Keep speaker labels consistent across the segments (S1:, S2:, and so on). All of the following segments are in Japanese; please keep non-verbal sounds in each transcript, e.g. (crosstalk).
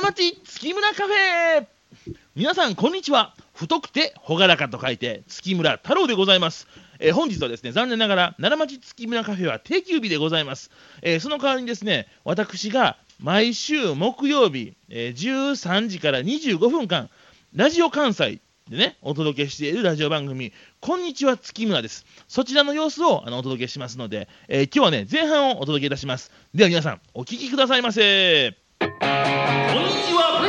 S1: 町月村カフェ皆さんこんにちは太くて朗らかと書いて月村太郎でございます、えー本日はですね残念ながら奈良町月村カフェは定休日でございます、えーその代わりにですね私が毎週木曜日、えー13時から25分間ラジオ関西でねお届けしているラジオ番組「こんにちは月村」ですそちらの様子をあのお届けしますので、えー今日はね前半をお届けいたしますでは皆さんお聞きくださいませこんにちは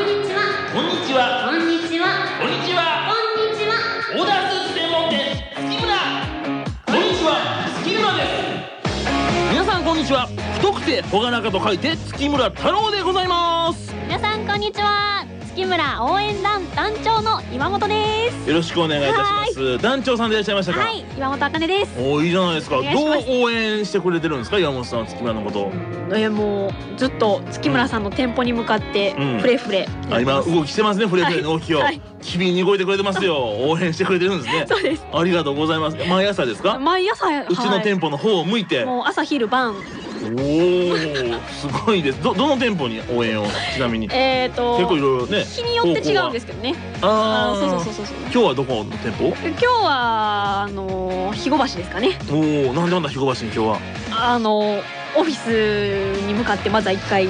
S2: こんにちは。
S1: こんにちは。
S2: こんにちは。
S1: こんにちは。
S2: こんにちは。
S1: オーダースーツ専門店、月村。こんにちは。月村です。皆さん、こんにちは。太くて朗らかと書いて、月村太郎でございます。
S2: 皆さんこんにちは。月村応援団団長の岩本です。
S1: よろしくお願いいたします。団長さんでいらっしゃいましたか。
S2: はい、岩本茜です。
S1: おーいいじゃないですか。
S2: お
S1: ど
S2: 願いします
S1: う応援してくれてるんですか、山本さん、月村のこと。
S2: えもうずっと月村さんの店舗に向かって
S1: うん
S2: フレフレ。
S1: あ、今動きしてますね、フレフレの
S2: は
S1: 動
S2: い
S1: きを
S2: はい。
S1: 機敏に動いてくれてますよ。応援してくれてるんですね。
S2: (laughs) そうです。
S1: ありがとうございます。毎朝ですか。
S2: 毎朝
S1: うちの
S2: 舗
S1: 店舗の方を向いて。
S2: もう朝昼晩。
S1: おお、すごいです。ど、どの店舗に応援を、ちなみに。結
S2: えっ、ー、と
S1: 構いろいろね。
S2: 日によって違うんですけどね。
S1: あ
S2: あー
S1: あ、
S2: そうそうそうそうそう。
S1: 今日はどこの店舗。
S2: 今日はあのー肥後橋ですかね。
S1: おお、なんでなんだ、彦橋に今日は。
S2: あのーオフィスに向かってまずは一回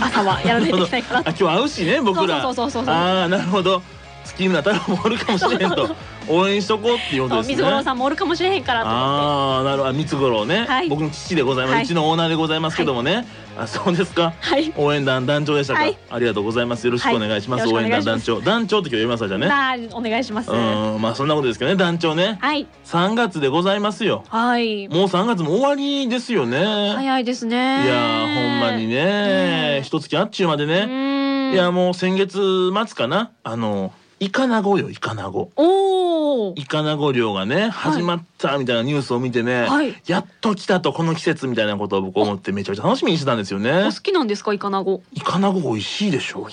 S2: 朝はやらないといけない (laughs) かな
S1: あ、今日会うしね、僕ら。
S2: そうそうそうそうそう
S1: ああ、なるほど。月村太郎もおるかもしれん
S2: (laughs)
S1: と、応援しとこうっていうこと
S2: そ
S1: で
S2: う
S1: すね。
S2: 水五郎さんもおるかもしれへんからと思って
S1: ああ、なるほど、あ三つ五郎ね、
S2: はい
S1: 僕の父でございます、
S2: はいう
S1: ちのオーナーでございますけどもね。あ、そうですか。
S2: はい、
S1: 応援団団長でしたか、
S2: はい
S1: ありがとうございます。よろしくお願いします。
S2: はい
S1: 応
S2: よろしくお
S1: 援
S2: 願い
S1: 団
S2: しま
S1: 団長、
S2: す
S1: 団長って今日言いましたじゃんね。
S2: なあお願いしますは
S1: うん、まあそんなことですけどね、団長ね。
S2: い
S1: 3月でございますよ。
S2: はい
S1: もう3月も終わりですよね。い
S2: 早いですね
S1: やー、ほんまにね
S2: う、ん
S1: 一月あっちゅうまで
S2: う
S1: ね。
S2: ーん
S1: いや、もう先月末かな、あの、イカナゴよ、イカナゴ。
S2: おお
S1: イカナゴ漁がね、始まったみたいなニュースを見てね、
S2: はい
S1: やっと来たと、この季節みたいなことを僕思ってめちゃくちゃ楽しみにしてたんですよ
S2: お
S1: ね
S2: 好。きなんですかイカナゴ
S1: イカナゴ美味しいでしょ。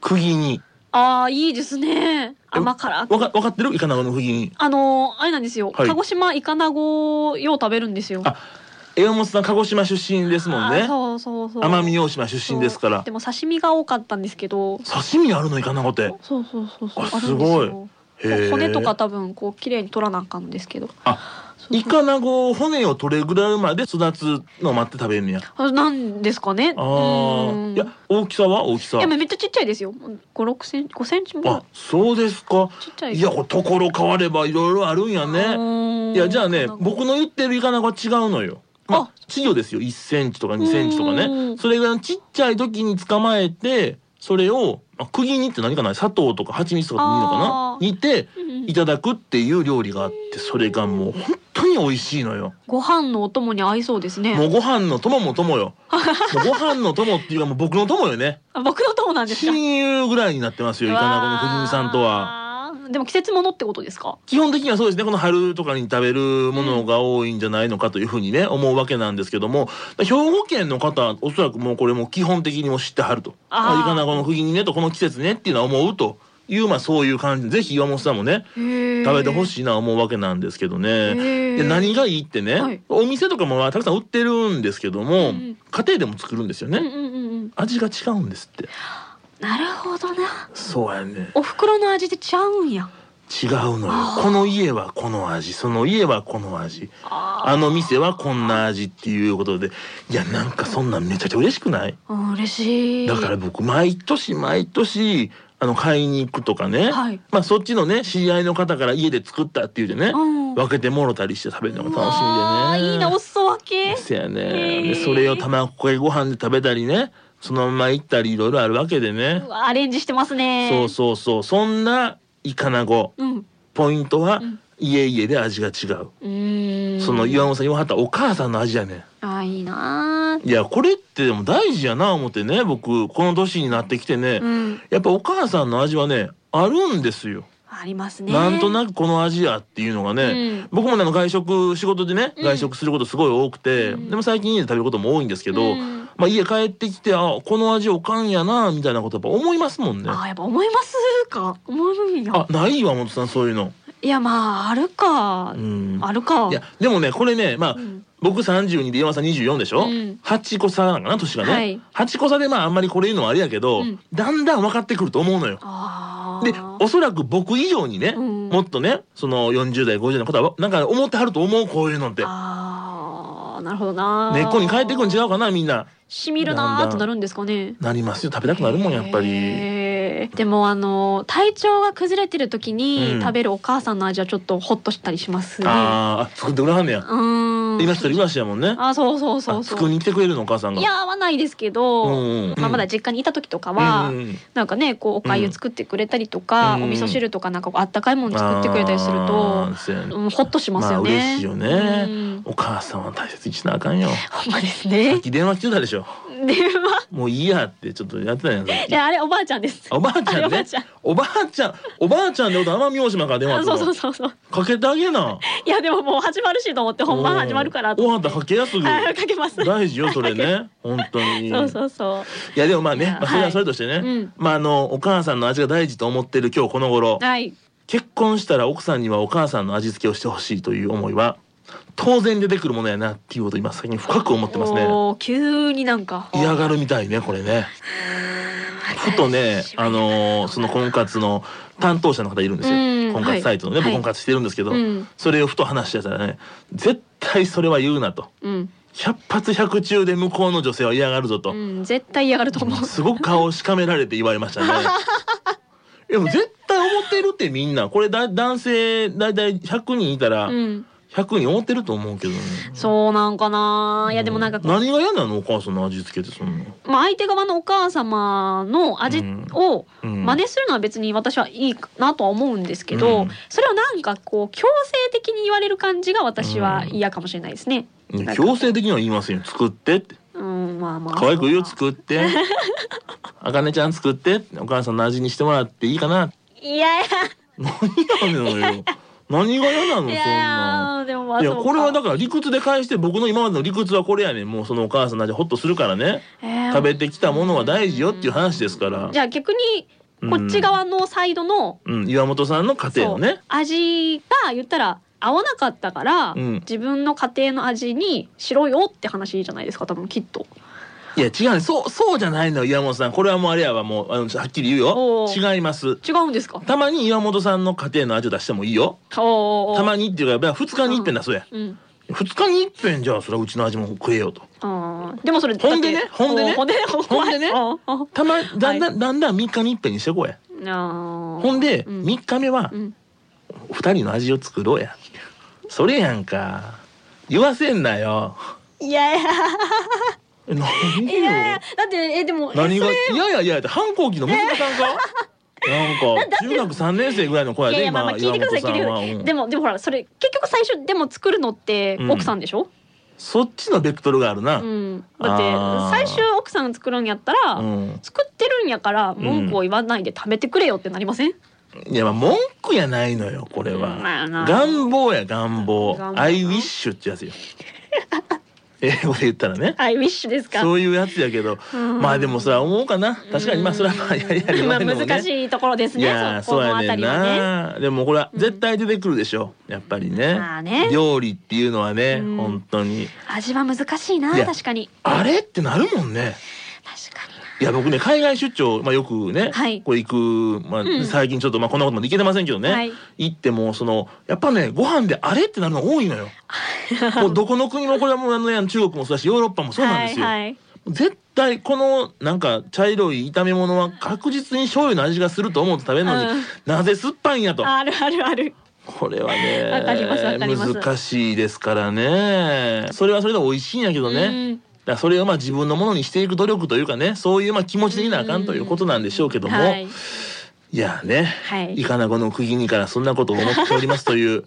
S1: 釘に。
S2: ああいいですね甘
S1: わ
S2: 辛
S1: か、わかってるイカナゴの釘に。
S2: あのーあれなんですよ、
S1: はい
S2: 鹿児島イカナゴよう食べるんですよ
S1: あ山本さん、鹿児島出身ですもん
S2: あー
S1: ね。
S2: そうそうそう
S1: 奄美大島出身ですか
S2: そう
S1: ら
S2: でも刺身が多かったんですけど
S1: 刺身あるのイカナゴって
S2: そうそうそうそう
S1: あ
S2: あるんです
S1: ごい
S2: よ
S1: へえ
S2: 骨とか多分こう綺麗に取らなあかんんですけど
S1: あ
S2: そうそう
S1: イカナゴ骨を取れぐらいまで育つのを待って食べるんねや
S2: あなんですかね
S1: あ
S2: うん
S1: ーいや大きさは大きさ
S2: いやめっちゃちっちゃいですよ五六センチ五センチぐらい
S1: あそうですか
S2: ちっちゃい
S1: いやこれところ変わればいろいろあるんやね
S2: ね
S1: いやじゃあね僕の言ってるイカナゴは違うのよまあ
S2: あ
S1: 稚魚ですよ1センチとか2センチとか
S2: う
S1: ね
S2: ん
S1: それぐらいのちっちゃい時に捕まえてそれをまあ釘にって何かな砂糖とか蜂蜜とかでいいのかな
S2: あー
S1: 煮て
S2: うん
S1: いただくっていう料理があってそれがもう本当に美味しいのよ
S2: ご飯のお供に合いそうです
S1: も
S2: ね
S1: うご飯の友も友
S2: (laughs)
S1: よもうご飯の友っていうかもう僕の友よね
S2: あ僕の友なんですか
S1: 親友ぐらいになってますよイカナゴの藤井さんとは
S2: わーでも季節ものってことですか
S1: 基本的にはそうですねこの春とかに食べるものが多いんじゃないのかというふうにね思うわけなんですけども兵庫県の方おそらくもうこれもう基本的にもう知ってはると
S2: あー
S1: あイカナゴの釘にねとこの季節ねっていうのは思うというまあそういう感じでぜひ岩本さんもね
S2: 食
S1: 食べてほ
S2: い
S1: しいな思うわけなんですけどね。で
S2: で
S1: 何がいいってね、
S2: はい
S1: お店とかもまあたくさん売ってるんですけども、
S2: うんうん
S1: 家庭でも作るんですよね、
S2: うんうんうんうん
S1: 味が違うんですって
S2: なるほどな
S1: そうやね
S2: お袋の味でちゃうんや
S1: 違うのよ
S2: あー
S1: この家はこの味その家はこの味あ
S2: あ
S1: の店はこんな味っていうことでいやなんかそんなんめちゃくちゃ嬉しくない
S2: あ嬉しい
S1: だから僕毎年毎年あの買いに行くとかね、
S2: はい
S1: まあそっちのね知り合いの方から家で作ったっていうでね、
S2: うん
S1: 分けてもろたりして食べるのが楽し
S2: うわ
S1: みで
S2: ー
S1: ね
S2: いいなお裾分け
S1: ですよね。
S2: へー
S1: でそれを卵かけご飯で食べたりねそのまま行ったりいろいろあるわけでね
S2: う。わアレンジしてますね
S1: そうそうそうそんなイカナゴ
S2: ううん
S1: ポイントは
S2: うん
S1: 家々で味が違う。
S2: うーん
S1: その岩本さん言わはったお母さんの味やねん。
S2: あーいいなー
S1: いやこれってでも大事やな思ってね僕この年になってきてね、
S2: うん
S1: やっぱお母さんの味はねあるんですよ。
S2: ありますね
S1: なんとな
S2: く
S1: くこの味やっていうのがね、
S2: うん
S1: 僕もあの外食仕事でね
S2: うん
S1: 外食することすごい多くて、
S2: うん
S1: でも最近家で食べることも多いんですけど、
S2: うん
S1: まあ、家帰ってきてあこの味おかんやなみたいなことやっぱ思いますもんね。
S2: あ
S1: あ
S2: ーやっぱ思いますか思うんや
S1: ない岩本さんそういうの。
S2: いやまああるか
S1: うん、
S2: あるか
S1: いやでもねこれねまあ、
S2: うん
S1: 僕32で山田さん24でしょ、
S2: うん
S1: 8個差なんかな年がね、
S2: はい
S1: 8個差でまああんまりこれ言うのはあれやけど、
S2: うん
S1: だんだん分かってくると思うのよ。
S2: ああ。
S1: でおそらく僕以上にね、
S2: うん
S1: もっとねその40代50代の方はなんか思ってはると思うこういうのって
S2: ああ、なるほどな。
S1: 根っこに変えてくん違
S2: う。
S1: うかなみんな
S2: しみるなーってなるんですかね。
S1: なりますよ食べたくなるもんやっぱり
S2: へーでもあの体調が崩れてる時
S1: う
S2: に
S1: ん
S2: 食べるお母さんの味はちょっとホッとしたりしますね。
S1: あーあ作ってくれはんねや
S2: うーん。
S1: 今一人暮らしやもんね
S2: あそうそうそう
S1: あ
S2: そ
S1: 作り
S2: う。
S1: に来てくれるのお母さんが
S2: いやーはないですけど、
S1: うんうん
S2: まあまだ実家にいた時とかは、
S1: うんうん
S2: なんかねこうおかゆ作ってくれたりとか、
S1: うん
S2: お味噌汁とかなんかこうあったかいもの作ってくれたりする
S1: あ
S2: と
S1: ー、そうやね
S2: うん、ほっとしますよ
S1: ま
S2: ね。
S1: あ嬉しいよね
S2: うん
S1: お母さんは大切にしなあかんよ
S2: ほんまです
S1: さっ
S2: ね。
S1: き電話来てたでしょ
S2: でまあ
S1: もういいやってちょっとやってたやんさっ
S2: い
S1: き
S2: やあれおばあちゃんです。
S1: おばあち
S2: あれ
S1: ゃ
S2: お
S1: ん
S2: ば
S1: ね
S2: あちゃん。
S1: おばあちゃんおばあちゃんってことは奄美大島から電話
S2: あ
S1: と
S2: そうそうそうそう。
S1: かけてあげない
S2: やでももう始まるしと思って本番始まるからと
S1: ご
S2: 思
S1: 飯
S2: って。
S1: とかけやすぐ
S2: あかけます。
S1: 大事よそれ
S2: (laughs)
S1: ね本当に
S2: そうそうそ
S1: いやでもまあ
S2: い
S1: ね
S2: や
S1: まあそれ
S2: は
S1: はいそれとしてね、
S2: う。うん。
S1: まああのお母さんの味が大事と思ってる今日この頃
S2: はい。
S1: 結婚したら奥さんにはお母さんの味付けをしてほしいという思いは当然出てくるものやなっていうことを今最近深く思ってますね
S2: おー急になんか。
S1: 嫌がるみたいねこれねふと
S2: (laughs)
S1: ねあのーその婚活の担当者の方いるんですよ
S2: うん
S1: 婚活サイトのね、
S2: はい
S1: 僕婚活してるんですけど、
S2: うん
S1: それをふと話してたらね絶対それは言うなと
S2: うん
S1: 100発100中で向こうの女性は嫌がるぞと、
S2: うん絶対嫌がると思う。
S1: すごく顔をしかめられて言われましたね。
S2: (laughs)
S1: でも絶対思ってるってみんなこれだ男性だいたい100人いたら
S2: うん。
S1: 100人思ってると思うけどね。
S2: そうなんかな。いやでもなんかこう
S1: 何が嫌なのお母さんの味付けってそんな。
S2: まあ相手側のお母様の味を
S1: うん
S2: 真似するのは別に私はいいなとは思うんですけど、
S1: うん
S2: それをなんかこう強制的に言われる感じが私は嫌かもしれないですね。
S1: いや強制的には言いませんよ作ってって
S2: うん、まあまあ。
S1: 可愛く言うよ
S2: そうか
S1: 作って。あかねちゃん作ってお母さんの味にしてもらっていいかな。
S2: いやい
S1: 何なのよ。何が嫌なのそん
S2: やい
S1: な。
S2: やでもまあ
S1: いや
S2: そうか
S1: これはだから理屈で返して僕の今までの理屈はこれやねんもうそのお母さんの味ホッとするからね。
S2: えー
S1: 食べてきたものは大事よっていう話ですから
S2: じゃあ逆に
S1: うん
S2: こっち側のサイドの、
S1: うん、岩本さんの家庭の
S2: そう
S1: ね
S2: 味が言ったら合わなかったから、
S1: うん
S2: 自分の家庭の味にしろよって話じゃないですか多分きっと。
S1: いや違うねそうそうじゃないのよ岩本さんこれはもうあれやわもうあのはっきり言うよ
S2: おー
S1: 違います
S2: 違うんですか。
S1: たまに岩本さんの家庭の味を出してもいいよ
S2: おー
S1: たまにっていうか2日に一遍だそうや
S2: うん。
S1: 2日に一遍じゃあそれはうちの味も食えよと
S2: あーでもそれ
S1: ほんでね
S2: だって
S1: ほんでね
S2: おほんでね
S1: ほんでね
S2: 怖いあー
S1: たまだんだん、だんだん3日に一遍にしてこうや
S2: あー
S1: ほんで
S2: うん
S1: 3日目は
S2: うん
S1: 2人の味を作ろうやそれやんか言わせんなよ (laughs)
S2: いやいや
S1: えなんで
S2: い
S1: よ
S2: やいやだってえでもえ
S1: 何が
S2: それ
S1: いやいやいやって反抗期の息子さんかなんか中学三年生ぐらいの子や
S2: いやい
S1: で
S2: やまあま
S1: 今
S2: あ聞いてください聞いてくだ
S1: は
S2: さい。
S1: うん
S2: でもでもほらそれ結局最初でも作るのって
S1: うん
S2: 奥さんでしょ。
S1: そっちのベクトルがあるな
S2: うん。だって
S1: あー
S2: 最終奥さんが作るんやったら、
S1: うん
S2: 作ってるんやから文句を言わないで食べてくれよってなりません？
S1: いやまあ文句やないのよこれは
S2: まあな
S1: 願望や願望
S2: 願望
S1: I wish ってやつよ (laughs) 英語で言ったらね
S2: (laughs) はいウィッシュですか。
S1: そういうやつやけど
S2: うん
S1: まあでもそれは思うかな確かにまあそれはまあやりやり
S2: ま
S1: ま
S2: あ
S1: いのも
S2: 難し
S1: ね
S2: いところです
S1: い
S2: ね。
S1: や
S2: そ
S1: そう
S2: この
S1: や
S2: あ
S1: ね
S2: た
S1: ん
S2: りはね。
S1: なでもこれは絶対出てくるでしょやっぱり
S2: まあね
S1: 料理っていうのはね
S2: うん
S1: 本当に
S2: 味は難しいない
S1: や
S2: 確かに
S1: あれってなるもんね。
S2: 確かに
S1: いや僕ね海外出張、まあ、よくね、
S2: はい
S1: こう行く、まあ
S2: ん
S1: 最近ちょっと、まあ、こんなこともできてませんけどね、
S2: はい
S1: 行ってもそのやっぱねご飯であれってなるの多いの
S2: (laughs)
S1: よ。もうどこの国もこれはもうあのね中国もそうだしヨーロッパもそうなんですよ。
S2: はいはい
S1: 絶対このなんか茶色い炒め物は確実に醤油の味がすると思って食べるのに、
S2: うん
S1: なぜ酸っぱいんやと
S2: あるあるある
S1: これは
S2: わかりますわかります
S1: ね難しいですからねそれはそれで美味しいんやけどね。
S2: うん
S1: だからそれをまあ自分のものにしていく努力というかねそういうまあ気持ちでいなあかんということなんでしょうけども、、
S2: はいい
S1: やね、
S2: はい
S1: イカナゴの釘にからそんなことを思っておりますという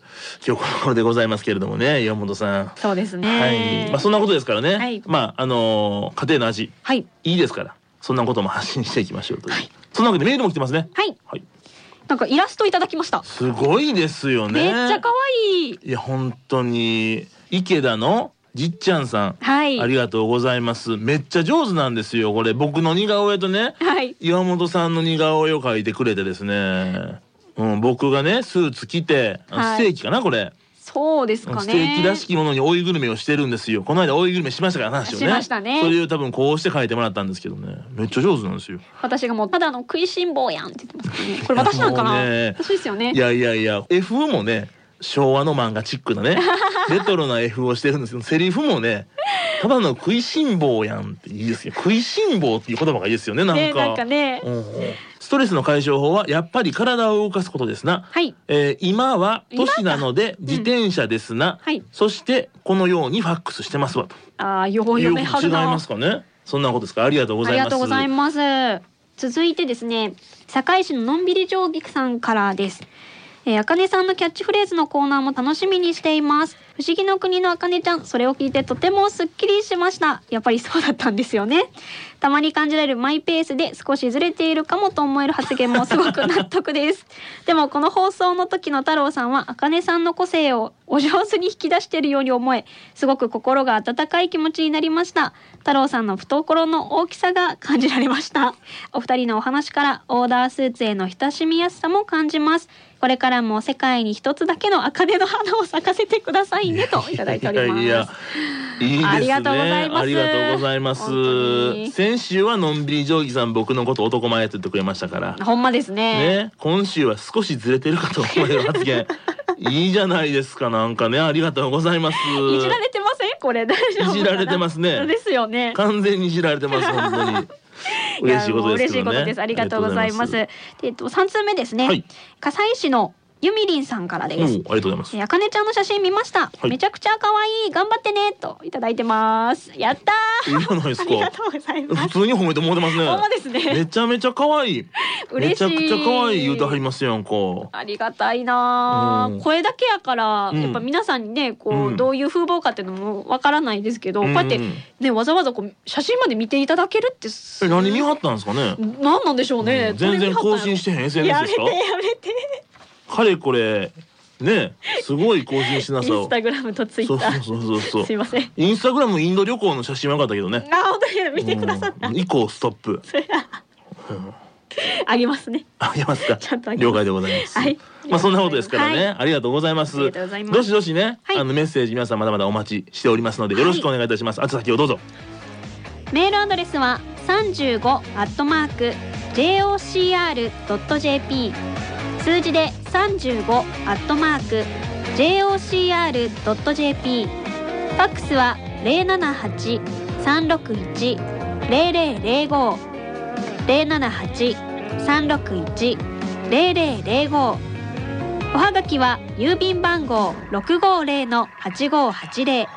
S1: 今日この頃でございますけれどもね山本さん。
S2: そうです
S1: はい
S2: ね
S1: まあ、そんなことですからね、
S2: はい
S1: まああのー家庭の味
S2: はい
S1: いいですからそんなことも発信していきましょうという、そんなわけでメールも来てますね。
S2: はい
S1: はい、
S2: なんかイラストいただきました
S1: すごいですよね
S2: めっちゃ可愛い
S1: いや本当に池田のじっちゃんさん、
S2: はい
S1: あ
S2: は
S1: りがとうございますめっちゃ上手なんですよこれ僕の似顔絵とね
S2: い
S1: 岩本さんの似顔絵を描いてくれてですね、うん、僕がねスーツ着て、あ
S2: はい
S1: ステーキかなこれ
S2: そうですかね
S1: ステーキらしきものに追いグルメをしてるんですよこの間追いグルメしましたから話をね
S2: しましたね
S1: それを多分こうして書いてもらったんですけどねめっちゃ上手なんですよ
S2: 私がもうただの食いしん坊やんって言ってますけどねこれ私なんか
S1: も
S2: な、
S1: うね
S2: 私ですよね
S1: いやいやいや F もね昭和の漫画チックな
S2: (laughs)
S1: ねレトロな F をしてるんですけどセリフもねただの食いしん坊やんっていいですよ食いしん坊っていう言葉がいいですよねなんか,、
S2: ねなんかね、
S1: うんうんストレスの解消法はやっぱり体を動かすことですな、
S2: はい
S1: えー今は都市なので
S2: ん
S1: 自転車ですな、
S2: はい
S1: そしてこのようにファックスしてますわと
S2: ああよう
S1: よく
S2: 読め
S1: 違い
S2: はるな
S1: ますかねそんなことですかありがとうご
S2: あ
S1: ざ
S2: り
S1: います
S2: がとうございます。続いてですね、堺市ののんびり定規さんからです。えー、あかねさんのキャッチフレーズのコーナーも楽しみにしています。不思議の国のあかねちゃん、それを聞いてとてもすっきりしました。やっぱりそうだったんですよね。たまに感じられるマイペースで少しずれているかもと思える発言もすごく納得です。でもこの放送の時の太郎さんは、あかねさんの個性をお上手に引き出しているように思え、すごく心が温かい気持ちになりました。太郎さんの懐の大きさが感じられました。お二人のお話からオーダースーツへの親しみやすさも感じます。これからも世界に一つだけの茜の花を咲かせてくださいねといただいております。
S1: いやいやいいですね。
S2: ありがとうございます
S1: ありがとうございます
S2: 本当に
S1: 先週はのんびり定規さん僕のこと男前って言ってくれましたから。
S2: ほんまですね。
S1: ね、今週は少しずれてるかと思える発
S2: (laughs)
S1: 言。いいじゃないですか。なんかね、ありがとうございます。
S2: いじられてませんこれ大丈夫かない
S1: じられてますね
S2: ですよね。
S1: 完全にいじられてます。本当に。
S2: (laughs) いや
S1: 嬉しいことですけどね。
S2: もう嬉しいことです。ありがとうございます。
S1: あり
S2: でえっと三通目ですね。
S1: はい
S2: 葛西市のゆみりんさんからです。
S1: がとうございます。おうありがとうございます。
S2: えーあかねちゃんの写真見ました、
S1: い
S2: めちゃくちゃ可愛い頑張ってねといただいてますやった
S1: いいじゃないで
S2: ー
S1: す
S2: ありが
S1: か。
S2: とうございま
S1: 普通
S2: す
S1: に褒めてもらってます
S2: ほんま
S1: ね。
S2: です
S1: め
S2: ね
S1: ちゃめちゃ可愛い。め
S2: 嬉
S1: ち
S2: しい
S1: ゃくちゃ可愛い言うてはりますやんか。
S2: ありがたいなー、
S1: うん
S2: 声だけやから、
S1: うん
S2: やっぱ皆さんにねこう、
S1: うん
S2: どういう風貌かっていうのもわからないですけど、こうやって
S1: んん
S2: ねわざわざこう写真まで見ていただけるってす
S1: え何見張ったんですかね。
S2: なんなんでしょうね、
S1: うん全然更新しててへん
S2: や
S1: SNS で
S2: やめ
S1: す
S2: て
S1: か
S2: やめて
S1: かれこれねすごい更新してなさ
S2: イン
S1: を
S2: スタグラムとツイ
S1: そ
S2: ッ
S1: う
S2: タ
S1: そ
S2: ー
S1: うそうそうそ
S2: (laughs) す
S1: う
S2: いません
S1: インスタグラムインド旅行の写真は良かったけど
S2: あ
S1: ね
S2: 本当に見てくださった、
S1: うん以降ストッ
S2: (laughs)
S1: プ
S2: それは
S1: うん
S2: あげますね
S1: ありますか
S2: ちゃんとあげます
S1: 了解でございます
S2: はい
S1: まあそんなことですからね
S2: は
S1: ありがとうございま
S2: あり
S1: す
S2: がとうございます
S1: どしどしね
S2: はい
S1: あのメッセージ皆さんまだまだお待ちしておりますのでよろしくお願いいたしますあつ先をどうぞ
S2: メールアドレスは35アットマーク jocr.jp 数字で35アットマーク jocr.jp ファックスは078-361-0005 078-361-0005おはがきは郵便番号650-8580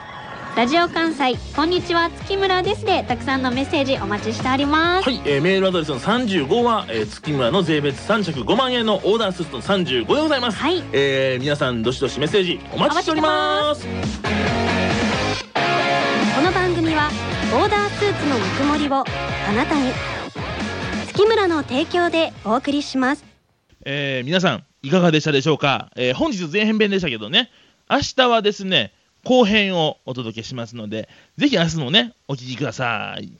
S2: ラジオ関西こんにちは月村ですでたくさんのメッセージお待ちしております、
S1: はい、えーメールアドレスの35は、えー月村の税別3着5万円のオーダースーツの35でございます、
S2: はい
S1: えー皆さんどしどしメッセージお待ちしております
S2: この番組はオーダースーツのぬくもりをあなたに月村の提供でお送りします
S1: えー皆さんいかがでしたでしょうか、えー本日前編編でしたけどね明日はですね後編をお届けしますのでぜひ明日もねお聞きください